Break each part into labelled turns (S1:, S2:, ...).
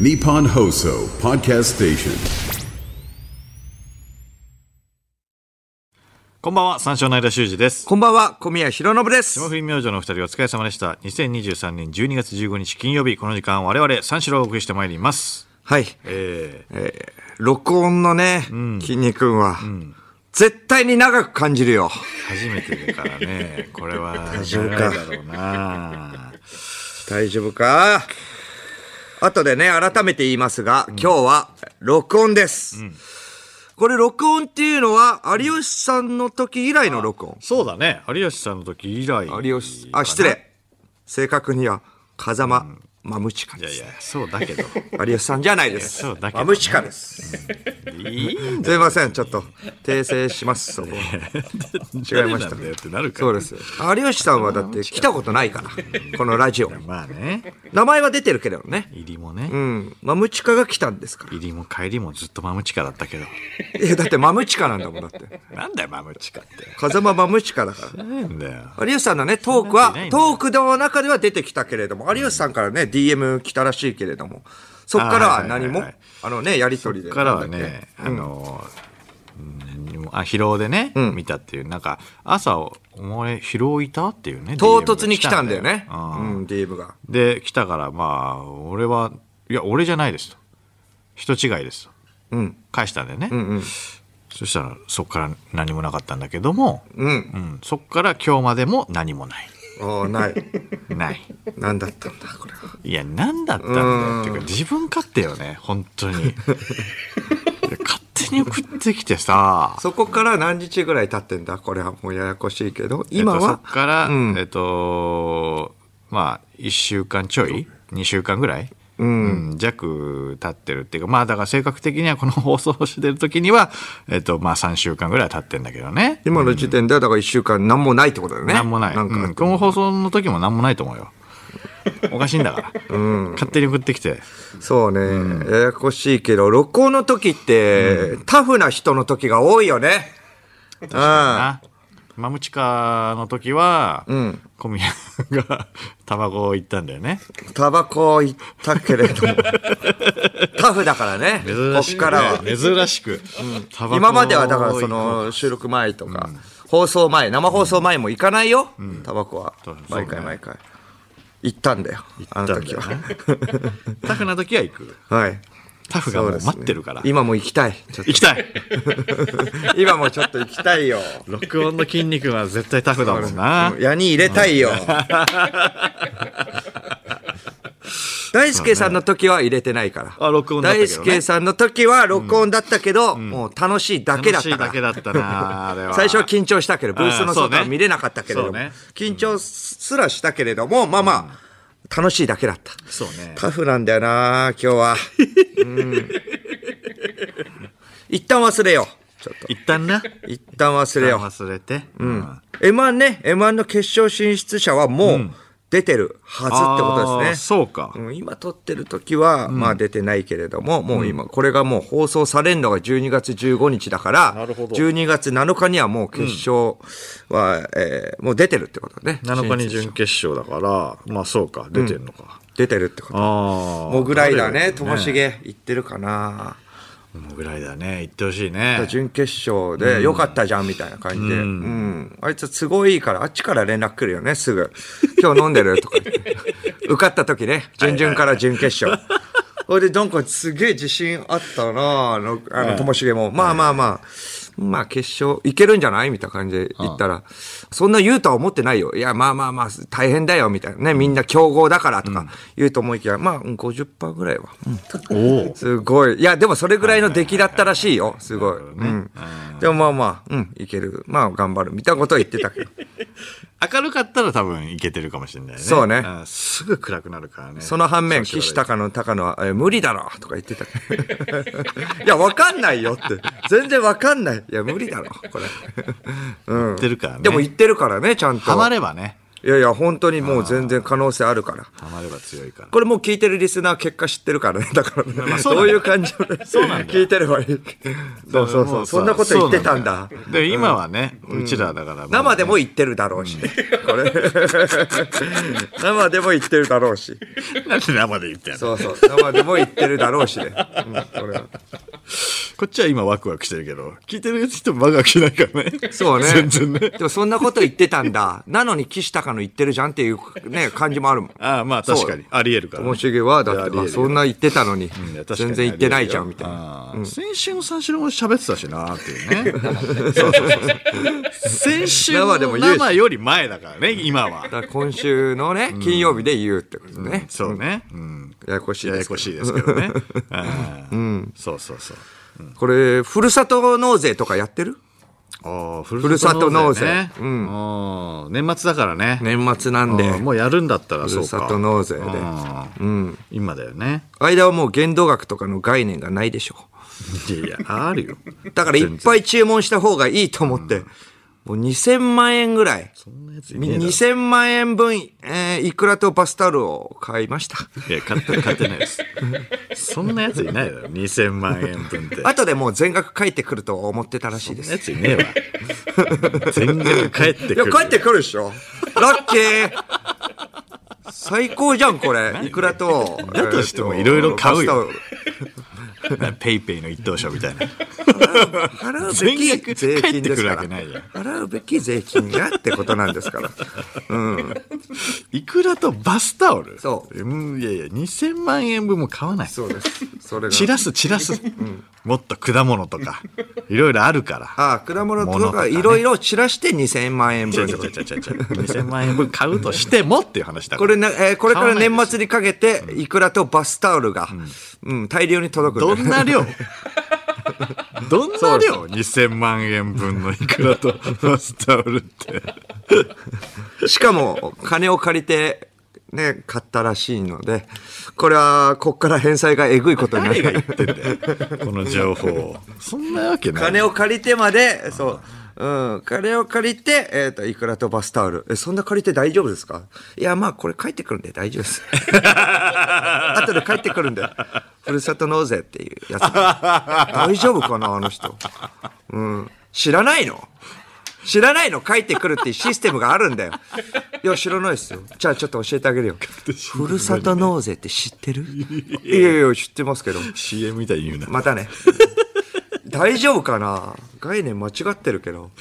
S1: Nippon Hoso Podcast Station.
S2: こんばんは、三照の間修二です。
S3: こんばんは、小宮弘信です。
S2: 霜降り明星のお二人お疲れ様でした。2023年12月15日金曜日、この時間我々三四郎をお送りしてまいります。
S3: はい。
S2: えー、
S3: 録音のね、筋肉は、絶対に長く感じるよ。
S2: 初めてだから ね、これは、大
S3: 丈夫か
S2: だろうな。
S3: 大丈夫か後でね、改めて言いますが、今日は録音です。これ録音っていうのは、有吉さんの時以来の録音。
S2: そうだね、有吉さんの時以来。
S3: 有吉、あ、失礼。正確には、風間、マムチカ
S2: い
S3: で
S2: やい
S3: す
S2: や。、そうだけど。
S3: 有吉さんじゃないです。
S2: そうだけど
S3: マムチカです。
S2: いい
S3: すいません、ちょっと、訂正します、そこは違いま
S2: 誰な
S3: した
S2: んだよってなるか
S3: そ
S2: ら
S3: うです。有吉さんはだって来たことな いから、このラジオ。
S2: まあね、
S3: 名前は出てるけどね。
S2: 入りもね、
S3: うん。マムチカが来たんですから。
S2: 入りも帰りもずっとマムチカだったけど。
S3: いや、だってマムチカなんだもん、だって。
S2: なんだよ、マムチカって。
S3: 風間マムチカだか
S2: な
S3: ら。
S2: んだよ。
S3: 有吉さんのね、トークは
S2: そんなわけないん、だよ
S3: トークの中では出てきたけれども、有吉さんからね、DM 来たらしいけれども、そっからは何も
S2: あはいはいはいはい、
S3: あのね、やりとりで。
S2: ここからはね、あのうんあ疲労でね、見たっていうなんか朝「お前疲労いた?」っていうね
S3: 唐突に来たんだよ
S2: DM が来
S3: ね。う
S2: たんだよ
S3: ん、DM が。
S2: うんで来たからまあ俺はいや俺じゃないですと人違いですと、返したんだよね、そしたらそっから何もなかったんだけども、
S3: うん。
S2: うんそっから今日までも何もない
S3: ああ、ない。
S2: ない
S3: 何だったんだ、これは。
S2: いや何だったんだよっていうか自分勝手よね本当に いや勝手に送ってきてさ
S3: そこから何日ぐらい経ってんだこれはもうややこしいけど、今
S2: えっとそ
S3: は
S2: っ、から、
S3: うん
S2: えっとまあ1週間ちょい2週間ぐらい、うん弱経ってるっていうかまあだから性格的にはこの 放送をしてる時には、えっとまあ、3週間ぐらい経ってんだけどね
S3: 今の時点ではだから1週間何もないってことだよね。
S2: なんもない
S3: なんか、
S2: うんこの放送の時もなんもないと思う よおかしいんだから、勝手に送ってきて
S3: そうね、ややこしいけど、録音の時って、タフな人の時が多いよね。うん。
S2: なマムチカの時は、小宮が タバコを行ったんだよね
S3: タバコを言ったけ れども、タフだからね、
S2: 珍
S3: こ
S2: し
S3: っ
S2: くね、
S3: からは。
S2: 珍しく、タバコを
S3: 今まではだからその収録前とか、放送前、生放送前も行かないよ、タバコは
S2: そうね。
S3: 毎回毎回。行ったんだよ、あの時は。
S2: タフな時は行く。
S3: はい。
S2: タフがもう待ってるから。
S3: 今も行きたい。ちょっ
S2: 行きたい
S3: と今もちょっと行き たいよ。
S2: 録音の筋肉は絶対タフだもんな。
S3: 矢に入れたい よ。大輔さんの時は入れてないから。
S2: あ録音だったけどね
S3: 大輔さんの時は録音だったけど、もう楽しいだけだ
S2: 楽
S3: っ
S2: したい
S3: か
S2: だ
S3: ら
S2: けだったな、あれは。
S3: 最初は緊張したけど、ブースの
S2: あそうね
S3: 外は見れなかったけれど
S2: そう
S3: も
S2: ね、
S3: 緊張すらしたけれども、まあまあ、楽しいだけだった。
S2: そうね
S3: タフなんだよな、今 日は。うん一旦忘れよう。ちょっと。
S2: 一旦な。
S3: 一旦忘れよう。
S2: 忘れて。うん。
S3: M1 ね、M1 の決勝進出者はもう出てるはずってこ
S2: あー
S3: とですね。
S2: そうか。
S3: うん今撮ってる時は、まあ出てないけれども、もう今、これがもう放送されるのが12月15日だから、
S2: なるほど
S3: 12月7日にはもう決勝は、えーもう出てるってことね。
S2: 7日に
S3: 進出者
S2: 準決勝だから、まあそうか、出てんのか。
S3: 出てるってこと。
S2: ああ。
S3: もうぐらいだね、ともし
S2: し。
S3: げ言ってるかな。
S2: もうぐらいだね。行ってほしいね。
S3: 準決勝でよかったじゃんみたいな感じで、うんあいつ都合いいからあっちから連絡来るよねすぐ 今日飲んでるとか言って受かった時ね準々から準決勝ほいでなんかすげえ自信あったなあのあのともしげも、まあまあまあ、まあ決勝いけるんじゃないみたいな感じで言ったら、そんな言うとは思ってないよいやまあまあまあ大変だよみたいなねみんな強豪だからとか言うと思いきや、まあうん50%ぐらいは、うん
S2: おお。
S3: すごい。いや、でもそれぐらいの出来だったらしいよ。すごい。うん。でもまあまあ、うん、いける。まあ頑張る。みたいなことは言ってたけど。
S2: 明るかったら多分いけてるかもしれないね。
S3: そうね
S2: んすぐ暗くなるからね。
S3: その反面、岸高野、高野は、え無理だろとか言ってたけど。い や、わかんないよって。全然わかんない。いや、無理だろこれ。
S2: 言ってるからね。
S3: でも言ってるからね、ちゃんと。
S2: ハマればね。
S3: いやいや、本当にもう全然可能性あるから。
S2: ハマれば強いから。
S3: これもう聞いてるリスナー結果知ってるからね。だからね。
S2: まあそうな
S3: そ
S2: んだ
S3: ういう感じをね
S2: そうなんだ
S3: 聞いてればいい。そうそうそう。そんなこと言ってたんだ。
S2: で、今はね、うちらだから。
S3: 生でも言ってるだろうし。これ。 生でも言ってるだろうし。
S2: なんで 生で言ってやる
S3: そうそう。生でも言ってるだろうしね。うん、これは。
S2: こっちは今ワクワクしてるけど、聞いてる人もワクワクしないからね。
S3: そうね。
S2: 全然ね。
S3: でもそんなこと言ってたんだ。なのに岸高の言ってるじゃんっていうね、感じ もあるもん。
S2: ああ、まあ確かに。ありえるからね。
S3: ともしげは、だっ
S2: いやあ
S3: て、
S2: りえ
S3: ま
S2: る
S3: あ
S2: よ
S3: そんな言ってたのに
S2: いや、確かに
S3: 全然言ってないじゃん、みたいな。
S2: あー先週の三四郎も喋ってたしなーっていうね。そうそうそう。先週の
S3: 生でも言うし
S2: 生より前だからね、今は。
S3: だから今週のね、金曜日で言うってことね。
S2: そうね。うん。
S3: ややこしい
S2: や
S3: で
S2: や
S3: すけ
S2: こ
S3: ど。
S2: しいですけど ね。うん。そうそうそう。
S3: これ、ふるさと納税とかやってる
S2: ああ、ふ
S3: るさと納税
S2: ねうん。年末だからね。
S3: 年末なんで
S2: う。んもうやるんだったら
S3: ふ
S2: そう
S3: る
S2: か。
S3: さと納税で。
S2: うん。今だよね。
S3: 間はもう限度額とかの概念がないでしょ。
S2: いやいや、あるよ。
S3: だからいっぱい注文した方がいいと思って、もう2000万円ぐらい。
S2: そんなやついねえだろ
S3: 2000万円分、えーイクラとバスタオルを買いました。
S2: いや、買って、買ってないです。そんなやついないだろ。2000万円分って。
S3: 後でもう全額返ってくると思ってたらしいで
S2: そんなや。つ
S3: す
S2: いねえわ。全然帰って
S3: いや、
S2: くる。
S3: 帰ってくるでしょラッキー最高じゃん、これ。いくらと。
S2: だとしてもいろいろ買うよ
S3: えーと。
S2: ペイペイの一等賞みたい な。
S3: バスタオル払うべ
S2: 全
S3: き
S2: 額
S3: 税
S2: 帰
S3: 金
S2: って
S3: で
S2: く
S3: す
S2: る
S3: か
S2: わ
S3: ら
S2: け。ないじゃん。
S3: 払うべき税金がってことなんですから。
S2: いくらとバスタオル
S3: そう
S2: うん。いやいや、2000万円分も買わない。
S3: そうです。それが。
S2: 散らす散らす。もっと果物とか、いろいろあるから。
S3: ああ、果物
S2: 物
S3: と
S2: とか
S3: か
S2: ね
S3: いろいろ散らして2000万円
S2: ち
S3: 分
S2: ゃ
S3: って
S2: ちゃ
S3: こと
S2: ちゃちゃちゃ。2000万円分買うとしてもっていう話だか
S3: こ
S2: ら。
S3: れな、えーこれから
S2: 買わない
S3: 年
S2: です
S3: 末にかけて、イクラとバスタオルが、うん、大量に届く
S2: ど
S3: んで
S2: んな量 どんな量 ?2000 万円分のいくらとバスタオルって。
S3: しかも、金を借りて、ね、買ったらしいので、これは、こっから返済がえぐいことにな
S2: 誰が
S3: る。
S2: 言ってんだよ。この情報を。そんなわけない。
S3: 金を借りてまで、そう。うん、金を借りて、えっ、と、イクラとバスタオル。え、そんな借りて大丈夫ですかいや、まあ、これ帰ってくるんで大丈夫 です。後で帰ってくるんで。ふるさと納税っていうやつ。大丈夫かな、あの人。うん。知らないの知らないの帰ってくるっていうシステムがあるんだよ。いや、知らないですよ。じゃあちょっと教えてあげるよ。ふるさと納税って知ってるいやいや、知ってますけど。
S2: CM みたいに言うな。
S3: ま たね。大丈夫かな概念間違ってるけど。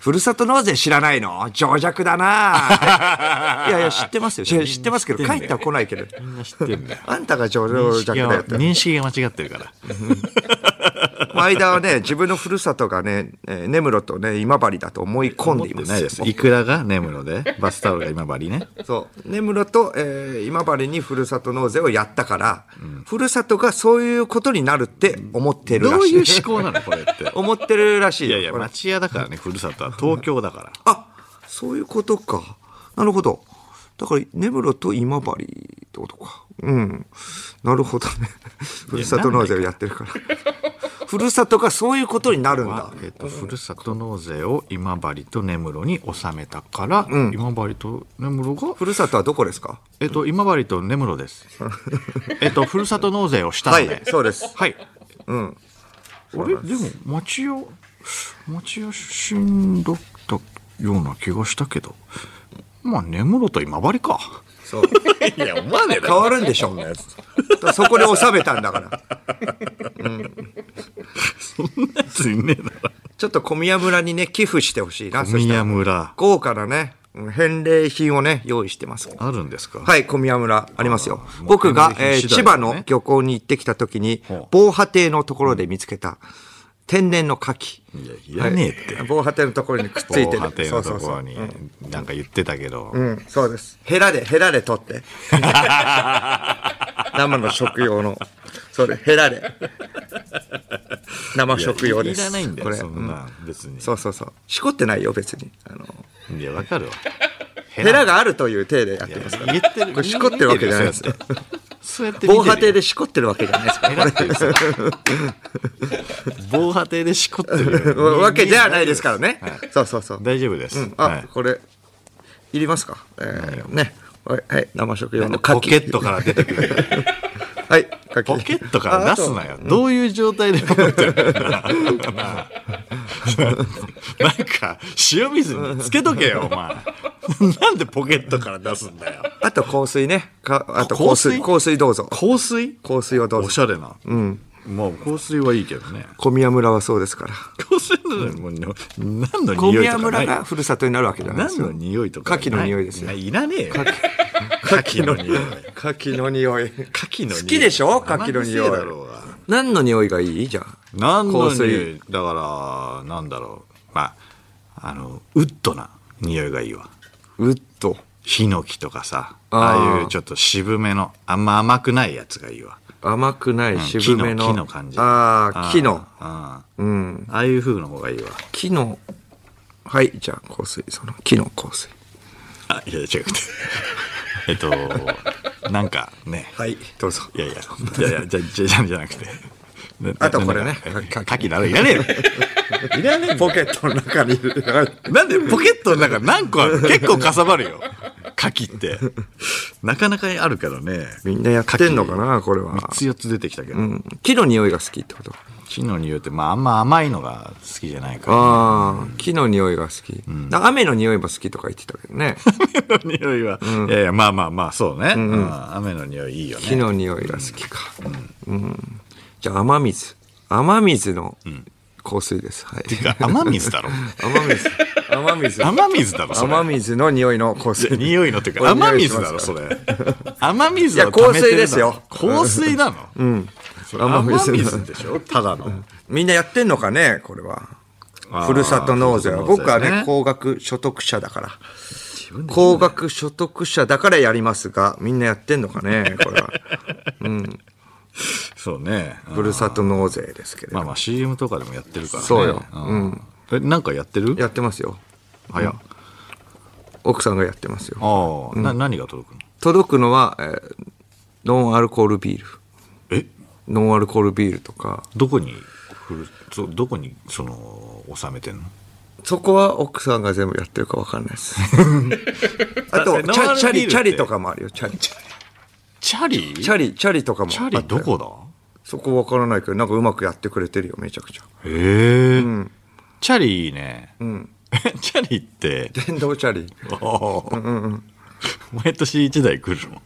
S3: ふるさと納税知らないの情弱 だないやいや、知ってますよ。知知ってますけど、帰っては来ないけど。
S2: みんな知ってんだよ。
S3: あんたが情弱だよって。
S2: 認識が間違ってるから。
S3: 間はね、自分のふるさとがね、えー根室とね、今治だと思い込ん
S2: 持っ
S3: でい
S2: て
S3: ます。
S2: ないです。いくらが眠るので、バスタオルが今治ね。
S3: そう根室と、えー今治にふるさと納税をやったから、ふるさとがそういうことになるって思ってる
S2: ど
S3: ら
S2: う
S3: しい
S2: いう思考なのこれって。
S3: 思ってるらしい
S2: い
S3: よ
S2: やいや、
S3: これ
S2: 町屋だからね、ふるさとは東京だから。
S3: あそういうことかなるほどだから根室と今治ってことかうんなるほどねふるさと納税をやってるからふるさとがそういうことになるんだ
S2: えっと、ふるさと納税を今治と根室に納めたから、今治と根室が、
S3: ふるさとはどこですか
S2: えっと、今治と根室です。 えっと、ふるさと納税をした
S3: は
S2: の
S3: い
S2: で。
S3: そうです
S2: はい。
S3: うん
S2: あれでも、町屋、町屋出身だったような気がしたけど、まあ、根室と今治か。
S3: そう
S2: いや、お前ね
S3: 変わるんでしょそこで収めたんだから
S2: そんなやついねえだろ。
S3: ちょっと小宮村にね寄付してほしいなそした
S2: 宮
S3: ら
S2: 村、
S3: 豪華なねうん返礼品をね用意してます
S2: あるんですか
S3: はい、小宮村ありますよ
S2: あ。ー
S3: 僕
S2: も
S3: が
S2: う、返
S3: え
S2: 礼
S3: ー
S2: 品次
S3: 千
S2: 第だ
S3: 葉
S2: ね
S3: の漁港に行ってきた時に
S2: ほう、
S3: 防波堤のところで見つけた天然の牡
S2: い
S3: 蠣。
S2: や、いらねえって。
S3: はい 防波堤のところにくっついてる。
S2: 防波堤
S3: そう
S2: の
S3: そ
S2: と
S3: う
S2: こ
S3: そ
S2: ろ
S3: う。
S2: になんか言ってたけど、
S3: うん、そうです。ヘラで、ヘラで取 って。生の食用の。それ、ヘラで。生食用です。
S2: いらないんだ
S3: こ
S2: よ
S3: れ
S2: そんな、別に
S3: そうそうそう。しこってないよ、別に。あの、
S2: いやわかるわヘ
S3: ヘラ
S2: が
S3: があるという体でやってますから。
S2: 言ってる
S3: これしこってるわけじゃないです
S2: そうやってそうやって見てる
S3: 防波堤でしこってるわけじゃないですから
S2: ヘラって言うさ防波堤で しこってるよ
S3: わけじゃないですからね。そうそうそう。
S2: 大丈夫です、
S3: あ、
S2: はい
S3: これ、いりますかえー、ね。はい、はい、生食用の牡蠣。
S2: ポケットから出てくる。
S3: はい、牡蠣
S2: ポケットから出すなよ。どういう状態で持ってるんだなんか、塩水につけとけよ、お前。なんでポケットから出すんだよ。
S3: あと香水ね。かあと
S2: 香
S3: 香
S2: 水
S3: 水、香水どうぞ。
S2: 香水
S3: 香水をどう
S2: お
S3: ぞ。
S2: しゃれな。うん。まあ、香水はいいけどね。
S3: 小宮村はそうですから。
S2: 香水なのに、もう、何の
S3: 小
S2: 匂い
S3: 宮
S2: とかな
S3: 村
S2: い。
S3: がふるさとになるわけじゃないで
S2: 何
S3: す
S2: の
S3: よ。
S2: 匂いとかない。
S3: 牡蠣の匂いですよ
S2: いやいらねえよ。牡蠣の匂い。
S3: 牡蠣の匂い。
S2: 牡蠣の匂い。
S3: 好きでしょ牡蠣の匂い
S2: 生臭だろうが
S3: 何の匂いがいいじゃあ。
S2: 何の
S3: 香
S2: 匂
S3: 水。
S2: いだからなんだろうまああのウッドな匂いがいいわ
S3: ウッド。
S2: ヒノキとかさ
S3: あー
S2: ああいうちょっと渋めのあんま甘くないやつがいいわ
S3: 甘くない、渋めの。
S2: 木の木の感じ
S3: ああ、木の。
S2: あー
S3: うん。
S2: ああいう風の方がいいわ
S3: 木の。はい、じゃあ香水。その木の香水。
S2: あいや違くて えっとなんかね
S3: はい、どうぞ。
S2: いやいやいやいやじゃじゃじゃじゃなくてな
S3: あとこれね
S2: なんか
S3: か
S2: 牡蠣だろいらねえよ
S3: いらねポケットの中にいる。
S2: なんでポケットの中何個あ る結構かさばるよ。牡蠣って。なかなかあるけどね。
S3: みんなやってんのかなこれは。
S2: 3つ4つ出てきたけど。
S3: うん木の匂いが好きってこと
S2: 木の匂いって、まああんま甘いのが好きじゃないか
S3: ああ、木の匂いが好き。な雨の匂いも好きとか言ってたけど ね。
S2: ら。木の匂いは。いやいや、まあまあまあ、そうね。うん雨の匂いいいよ
S3: 木
S2: ね。
S3: の匂いが好きか。うんじゃあ雨水。雨水の香水です。はい。
S2: 雨水 だろ。
S3: 雨水。雨水。
S2: 雨水だろ、それ。
S3: 雨水の匂いの香水。
S2: 匂いの っていうか、
S3: これ
S2: 雨水だろ、それ。 雨水
S3: いや
S2: を溜めてる
S3: 香水ですよ
S2: 香水なのうん。それ 雨
S3: 雨水
S2: 水でしょただの。
S3: みんなやってんのかねこれは。
S2: あー
S3: ふるさと納税は。僕は
S2: ふるさと納税
S3: ね
S2: ね、
S3: 高額所得者だから。高額所得者だからやりますが、みんなやってんのかね これは。
S2: そうね。うん
S3: ふるさと納税ですけれど
S2: まあ。まあ CM とかでもやってるからね。
S3: そうよ
S2: うん。え、なんかやってる
S3: やってますよ。
S2: 早っ
S3: 奥さんがやってますよ。
S2: ああ、な、何が届くの
S3: 届くのは、えーノンアルコールビール。
S2: え
S3: ノンアルコールビールとか。
S2: どこに振る、そどこに、その、収めてんの
S3: そこは奥さんが全部やってるか分かんない です。あ
S2: だ
S3: と、
S2: って
S3: チ
S2: ノンアルビールって
S3: ャチャリ、チャリとかもあるよ。チャリ。チ
S2: チャリチ
S3: ャリ、チャリとかもあった
S2: ャ
S3: よ。
S2: リどこだ
S3: そこ分からないけど、なんかうまくやってくれてるよ、めちゃくちゃ。
S2: へえ。チャリいいね。え チャリ って、
S3: 電動チャリ。
S2: 毎年一台来るの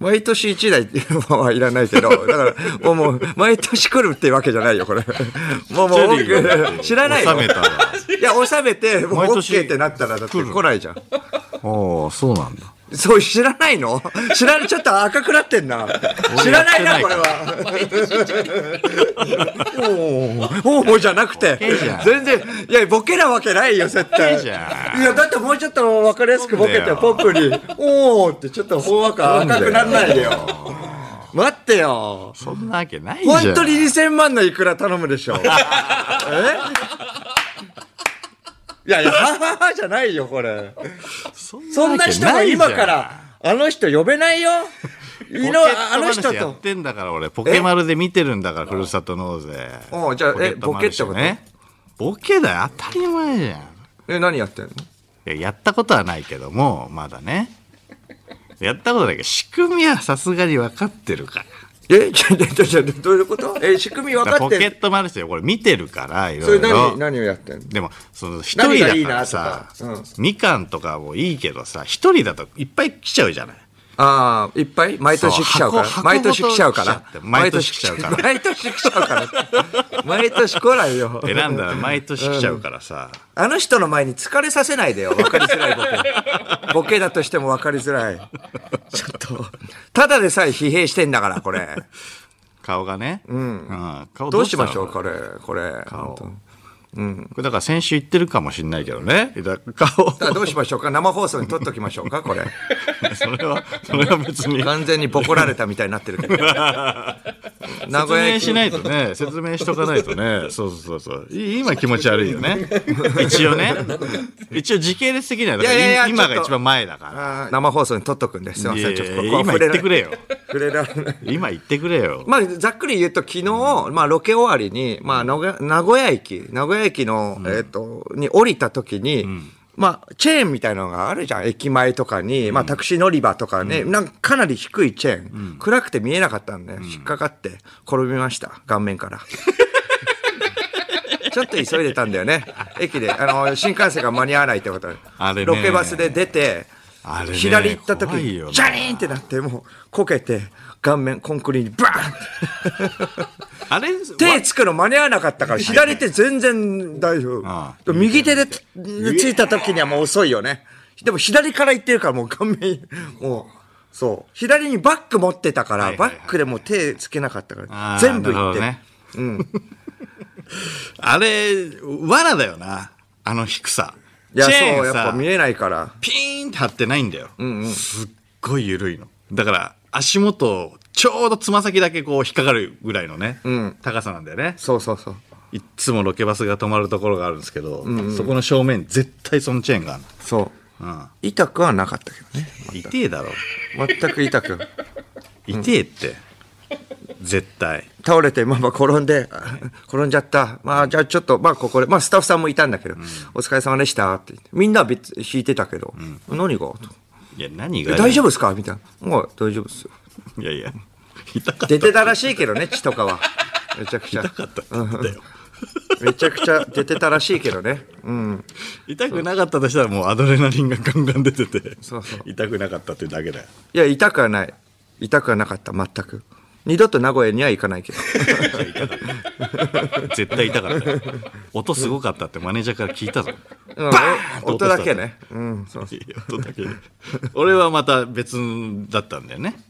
S3: 毎年1台っていうのはいらないけど、だから、もう、毎年来るってわけじじゃないよ、これ。もう、も
S2: チ
S3: う
S2: ャリが、
S3: 知らないよ。
S2: 収めたら。
S3: いや、収めて、もう
S2: 毎年
S3: OK ってなったら、だって来ないじゃん。
S2: ああ、そうなんだ。
S3: そう、知らないの 知らない、ちょっと赤くなってんな。知らないな、これは。おお、おおじゃなくて
S2: ケじゃん。
S3: 全然、いや、ボケなわけないよ、絶対。
S2: ケ
S3: い
S2: じゃん
S3: や、だってもうちょっと分かりやすくボケて、ポップに、おおってちょっとほんわか赤くなんないよ。待ってよ。
S2: そんなわけないじゃん。
S3: 本当に2000万のいくら頼む でしょ。えいやいや、はははじゃないよ、これ。
S2: そ
S3: そんな人
S2: わ
S3: が
S2: けいじゃ
S3: 今から、あの人呼べない よ。いの、あの人
S2: ポケット話やっ
S3: と。
S2: てんだから俺ポケマルで見てるんだからふるさと納税
S3: おうじゃあ
S2: もる
S3: え
S2: し
S3: ボケって
S2: ねボケだよ当たり前じゃんい
S3: え、何やってんの
S2: ややったことはないけどもまだねやったことないけど仕組みはさすがに分かってるから
S3: え、ちょ、ちょ、ちょ、どういうことえ、仕組み分
S2: だから
S3: か
S2: ポ
S3: って
S2: ケ
S3: る
S2: ットマルシェこれ見てるからい
S3: そ
S2: ろ
S3: れ
S2: いろ
S3: 何、何をやってんの
S2: でもその一
S3: 何
S2: 人
S3: が
S2: だ
S3: いい
S2: から
S3: な
S2: さ
S3: とか
S2: みかんとかもいいけどさ一人だといっぱい来ちゃうじゃない
S3: ああ、いっぱい毎年来ちゃうか
S2: そう箱
S3: ら。毎年来ちゃうか
S2: 箱
S3: ら
S2: ごと。毎年来ちゃうから
S3: 毎年来ちゃうから。 毎年来ないよ。
S2: 選んだら毎年来ちゃうからさ、
S3: あの人の前に疲れさせないでよ。分かりづらいボケ。ボケだとしても分かりづらい。ちょっと、ただでさえ疲弊してんだから、これ。
S2: 顔がね、うん顔
S3: どうしましょう、
S2: か
S3: これ、これ。本当
S2: これだから先週言ってるかもしれないけどね。だから顔 を
S3: だからどうしましょうか生放送に撮っときましょうかこれ。
S2: それは、それは別 に。
S3: 完全にボコられたみたいになってるけど。名
S2: 説
S3: 古屋
S2: 明
S3: 駅
S2: しないと ね、説明しとかないとね。そうそうそうそう。い今気持ち悪いよ ね。一応ね。一応時系列的には、だから
S3: いやいやいや
S2: 今
S3: ちょ
S2: が
S3: っと
S2: 一番前だか
S3: あー生放送に撮っとくんです。すい
S2: ら。
S3: ま
S2: い
S3: せ
S2: や
S3: ん。
S2: い
S3: ちょ
S2: や
S3: っとこ
S2: い
S3: こ
S2: や
S3: は
S2: 今
S3: 触れ
S2: 言っ
S3: ら
S2: てくれよ。
S3: 触れられない。
S2: 今言ってくれよ。
S3: まあ、ざっくり言うと、昨日、まあ、ロケ終わりに、まあ、名古屋名古屋駅、名古屋駅の、えっ、と、に降りた時に、まあ、チェーンみたいなのがあるじゃん。駅前とかに、まあ、タクシー乗り場とかね、なんかかなり低いチェーン。暗くて見えなかったんで、引っかかって転びました。顔面から。ちょっと急いでたんだよね。駅で。あの、新幹線が間に合わないってことで
S2: あれね
S3: ロケバスで出て、
S2: あれね
S3: 左行った時
S2: 怖いよな
S3: ジャリーンってなって、もう、こけて、顔面、コンクリにバーンって。
S2: あ れ
S3: 手つくの間に合わな かったから、左手全然大丈
S2: あ
S3: 夫。右手でつついた時にはもう遅いよね。でも左から行ってるからもう顔面、もう、そう。左にバック持ってたから、
S2: いはい
S3: バ
S2: はい
S3: ックでもう手つけなかったか
S2: あ
S3: ら、
S2: ー
S3: 全部行って。
S2: なるほどね あれ、罠だよな。あの低さ。
S3: いや、
S2: チ
S3: そう、
S2: ェーン
S3: やっぱ
S2: さ
S3: 見えないから。
S2: ピーンって張ってないんだよ。すっごい緩いの。だから、足元、ちょうどつま先だけこう引っかかるぐらいのね、高さなんだよね。
S3: そうそうそう。
S2: いっつもロケバスが止まるところがあるんですけど、そこの正面、絶対そのチェーンがある
S3: そう。
S2: の。
S3: 痛くはなかったけどね。
S2: うん。痛えだろ。
S3: 全く痛く。
S2: 痛えって。絶対。
S3: 倒れて、まあまあ転んで、 あ転んじゃった。まあじゃあちょっと、まあここで、まあスタッフさんもいたんだけど、お疲れ様でしたって言って。みんなは別、引いてたけど、何がと
S2: いや、何が。
S3: え大丈夫ですかみたいな。もう大丈夫ですよ。
S2: 夫いやいや。痛かった。
S3: 出てたらしいけどね、血 とかは。めちゃくちゃ。
S2: 痛かったって言ってたよ。
S3: めちゃくちゃ出てたらしいけどね。うん。
S2: 痛くなかったとしたらもうアドレナリンがガンガン出てて
S3: そうそう
S2: 痛くなかったってだけ だよ
S3: いや、痛くはない。痛くはなかった、全く。二度と名古屋には行 かないけど。
S2: 絶対痛かったよ音すごかったってマネージャーから聞いたぞ
S3: うんお音だけね。うん、そう
S2: いや音だけで俺はまた別だったんだよね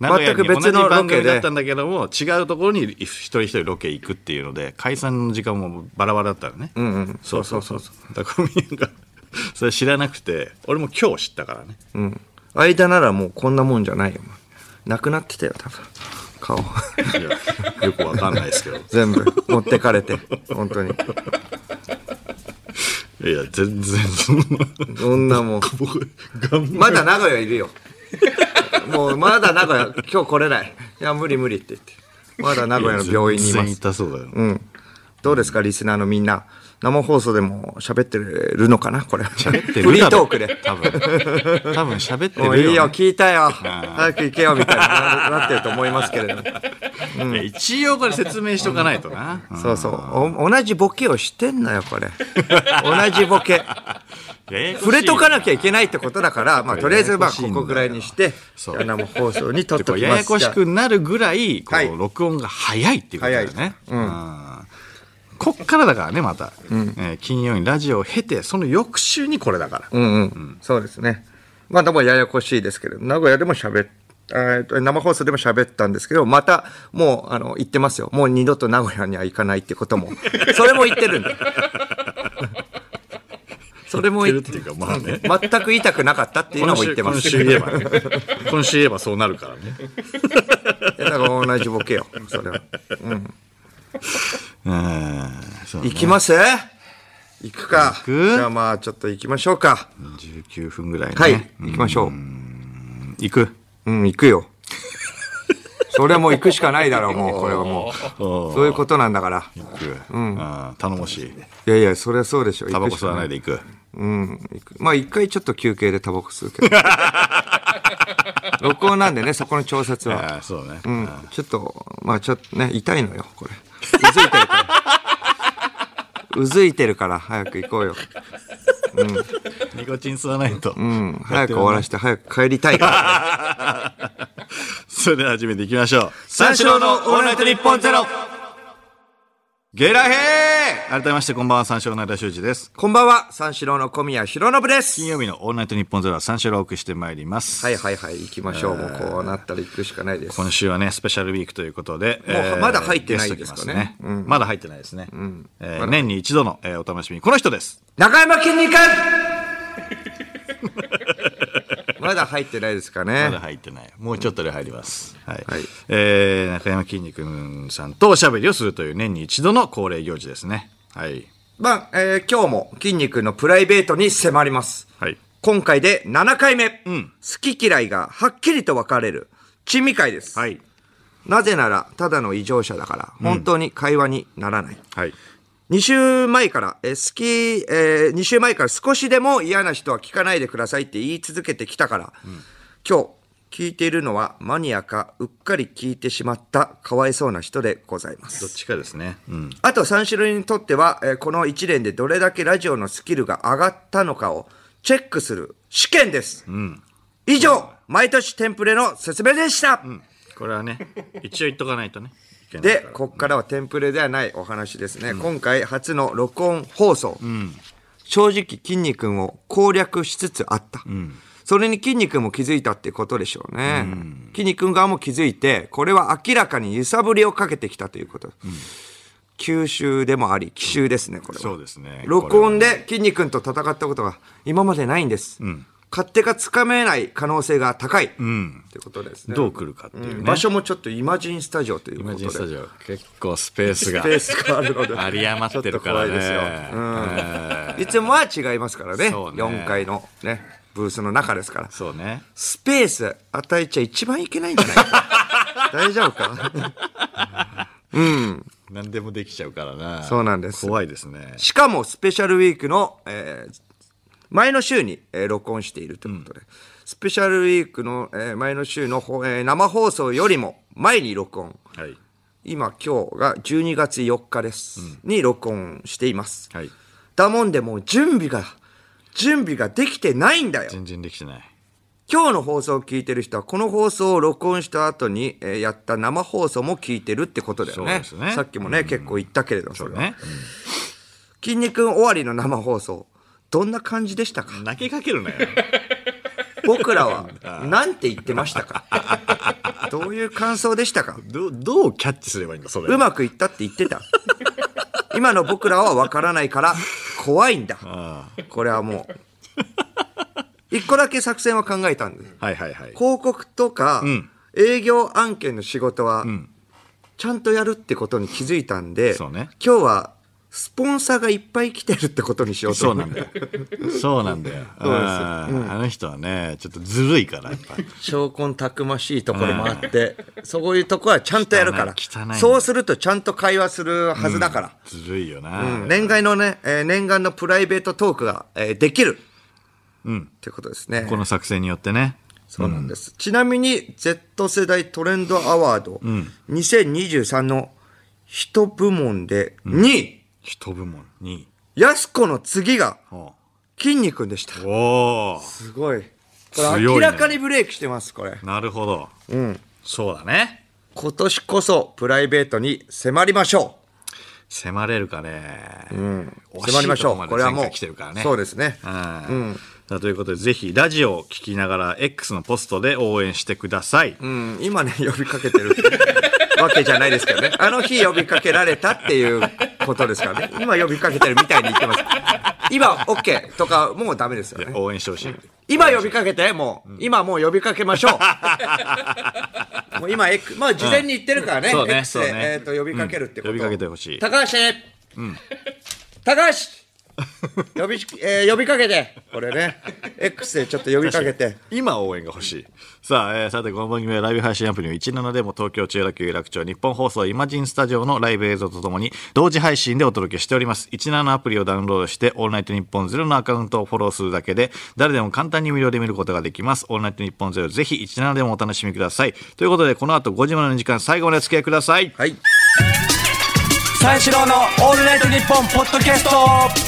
S3: 全く
S2: 名古屋に同じ
S3: 別の
S2: 番組
S3: ロケで
S2: だったんだけども違うところに一人一人ロケ行くっていうので解散の時間もバラバラだったのね
S3: んうん
S2: そうそうそうそうだからみんながそれ知らなくて俺も今日知ったからね
S3: うん。間ならもうこんなもんじゃないよ。なくなってたよ、多分。顔。
S2: いやよくわかんないですけど
S3: 全部持ってかれて本当に
S2: いや全然そん な
S3: そんなもう
S2: 僕頑張
S3: まだ名古屋いるよもうまだ名古屋今日来れないいや無理無理って言ってまだ名古屋の病院にい
S2: 全
S3: ま
S2: 然
S3: す
S2: 痛そうだよ、
S3: うんどうですかリスナーのみんな生放送でも喋ってるのかなこれ
S2: 喋ってる
S3: フリートークで
S2: 多分多分喋ってる
S3: も
S2: よ、
S3: う
S2: ね、
S3: いいよ聞いたよ早く行けよみたいにななってると思いますけれど
S2: いや一応これ説明しとかないとな、うん
S3: そうそうお同じボケをしてんのよ これ同じボケ
S2: えー
S3: 触れとかなきゃいけないってことだから、まあ、とりあえず、まあ、ここぐらいにして、
S2: そう
S3: 生放送に撮っ
S2: で
S3: と
S2: こ
S3: き
S2: う
S3: ます。
S2: ややこしくなるぐらいこ
S3: はいう
S2: 録音が早いっていうことだよね、
S3: 早いうん
S2: うんこっからだからねまた、えー金曜にラジオを経てその翌週にこれだから、
S3: うんうん。そうですね。まあ、でもややこしいですけど、名古屋でも喋っえーと生放送でも喋ったんですけど、また、もう、あの、言ってますよ。もう二度と名古屋には行かないってことも。 それも言ってるんで。それも言って
S2: 言ってるっていうかまあね
S3: 全く言いたくなかったっていうのも言ってます。
S2: 今週今週言えばね今週言えばそうなるからね
S3: いや だから同じボケよ。それは。
S2: うんそうね
S3: 行きます行くか。
S2: 行く
S3: じゃあまあ、ちょっと行きましょうか。
S2: 19分ぐらいね、
S3: はい、行きましょう。
S2: 行く
S3: うん、行くよ。 それはもう行くしかないだろう、もう、これはもう。そういうことなんだから。
S2: 行く、うん、頼もしい
S3: いやいや、それはそうでしょ。
S2: タ
S3: 行
S2: バ
S3: く
S2: コ
S3: し
S2: 吸
S3: か
S2: わ
S3: な。
S2: ないいで行く
S3: うん、行くまあ一回ちょっと休憩でタバコ吸うけ ど。録音なんでね、そこの調節は。
S2: ああそうね、
S3: うん、ちょっと、まあちょっとね、痛いのよ、これ。うずいてるから。 うずいてるから、早く行こうよ。
S2: ニコチン吸わないと、
S3: うん、早く終わらせて、早く帰りたいから。
S2: それでは始めていきましょう
S3: 三四郎のオールナイトニッポンゼロ
S2: ゲラヘー改めましてこんばんは三四郎の間修二です
S3: こんばんは、三四郎の小宮浩信です。
S2: 金曜日のオールナイトニッポンゼロは三四郎をお送りしてまいります、
S3: はいはいはい、行きましょう。もうこうなったら行くしかないです。
S2: 今週はねスペシャルウィークということでも
S3: うまだ入ってないんですかね
S2: まだ入ってないですね、えー年に一度の、えーお楽しみこの人です
S3: 中山筋 肉まだ入ってないですか
S2: ま
S3: ね
S2: だ。入ってないもうちょっとで入ります、はい、
S3: はい
S2: えー中山きんに君さんとおしゃべりをするという年に一度の恒例行事ですねはい
S3: まあ、えー今日も筋肉のプライベートに迫ります。
S2: はい
S3: 今回で7回目、好き嫌いがはっきりと分かれる、珍味会です。
S2: はい
S3: なぜなら、ただの異常者だから、本当に会話にならない。
S2: はい
S3: 2週前から、えー好き、え2週前から少しでも嫌な人は聞かないでくださいって言い続けてきたから、今日、聞いているのはマニアか、うっかり聞いてしまった、かわいそうな人でござい
S2: ど
S3: ま
S2: っ
S3: す。
S2: ちかですね。うん。
S3: あと三種類にとっては、えーこの1年でどれだけラジオのスキルが上がったのかをチェックする試験です。以上、毎年テンプレの説明でした、
S2: これは ね、一応言っとかないとね。いけない
S3: で
S2: か、ら
S3: ここからはテンプレではないお話ですね。今回初の録音放送。正直、筋肉君を攻略しつつあった。それに筋肉君も気づいたってことでしょうね。筋肉君側も気づいて、これは明らかに揺さぶりをかけてきたということ。九州でもあり、奇襲ですね、これは。
S2: そうですね。
S3: 録音で筋肉君と戦ったことが今までないんです。勝手がつかめない可能性が高い。ということですね。
S2: どう来るかっていうね。
S3: 場所もちょっとイマジンスタジオという
S2: イ
S3: こ
S2: マ
S3: と
S2: ジ
S3: で。
S2: ンスタジオ、結構スペースが
S3: ペースがあるので。
S2: 有り余ってるから
S3: ちょっと怖いで
S2: ね。
S3: すよ。いつもは違いますからね。
S2: そうね
S3: 4階のね、ブースの中ですから。
S2: そうね。
S3: スペース与えちゃ一番いけないんじゃない か。大丈夫か
S2: 何でもできちゃうからな。
S3: そうなんです
S2: 怖いですね。
S3: しかもスペシャルウィークの、えー前の週に、えー録音しているということで、スペシャルウィークの、えー前の週のほ、えー生放送よりも前に録音。
S2: はい。
S3: 今今日が12月4日です、に録音しています、
S2: はい
S3: だもんでもう準備が準備ができてないんだよ
S2: 全然できてない。
S3: 今日の放送を聞いてる人はこの放送を録音した後に、えーやった生放送も聞いてるってことだよね
S2: そうですね
S3: さっきもね、結構言ったけれどそ
S2: そう
S3: れは
S2: ね。
S3: 「筋肉終わり」の生放送どんな感じでしたか
S2: 泣きかけるな よ。
S3: 僕らはなんて言ってましたか どういう感想でしたか
S2: どう、どうキャッチすればいいんだ、それ。
S3: うまくいったって言ってた。今の僕らは分からないから怖いんだ。これはもう。一個だけ作戦は考えたんです。
S2: はいはいはい。
S3: 広告とか
S2: ん
S3: 営業案件の仕事はちゃんとやるってことに気づいたんで、
S2: そうね
S3: 今日はスポンサーがいっぱい来てるってことにしようと
S2: そうな
S3: 思っ
S2: ん
S3: て
S2: だ よ。そうなんだよ。あーあの人はね、ちょっとずるいから、やっぱ。
S3: 証拠たくましいところもあって、そういうとこはちゃんとやるから
S2: 汚い汚いんだよ
S3: そうするとちゃんと会話するはずだから、
S2: ずるいよな。
S3: 念願のね、えー念願のプライベートトークが、えーできる。うん。ってことですね。
S2: この作戦によってね。
S3: そうなんです。ちなみに、Z 世代トレンドアワード、2023の人部門で2位、
S2: 一部門に。
S3: やすこの次が、
S2: お
S3: 筋肉でした。
S2: おー
S3: すごい。こ
S2: 強いね
S3: れ明らかにブレイクしてます、これ。
S2: なるほど。そうだね。
S3: 今年こそプライベートに迫りましょう。
S2: 迫れるかね。惜い
S3: 迫りまし
S2: と
S3: ょう。
S2: こ
S3: こ
S2: れ
S3: れ
S2: は
S3: は
S2: も
S3: も
S2: う。
S3: う、
S2: 来てるからね。
S3: そうですね。
S2: うんさあということで、ぜひ、ラジオを聞きながら、X のポストで応援してください。
S3: うん、今ね、呼 びかけてるわけじゃないですけどね。あの日呼びかけられたっていうことですからね。今呼びかけてるみたいに言ってます。今 OK とかもうダメですよね。
S2: 応援してほしい。
S3: 今呼びかけて、もう、今もう呼びかけましょう。 もう今、X まあ事前に言ってるからね、
S2: うんそうね
S3: X
S2: そう
S3: で、
S2: ね
S3: えーと呼びかけるってこと、
S2: うん呼びかけてほしい
S3: 高橋、高橋呼び、えー呼びかけてこれね、X でちょっと呼びかけて。
S2: 今応援が欲しい。さあ、えーさて、この番組はライブ配信アプリの17でも東京千代田区有楽町日本放送イマジンスタジオのライブ映像とともに同時配信でお届けしております。17のアプリをダウンロードして、オールナイトニッポンゼロのアカウントをフォローするだけで、誰でも簡単に無料で見ることができます。オールナイトニッポンゼロ、ぜひ17でもお楽しみください。ということで、この後5時までの時間、最後までお付き合いください。
S3: はい。
S4: 三四郎のオールナイトニッポンポッドキャスト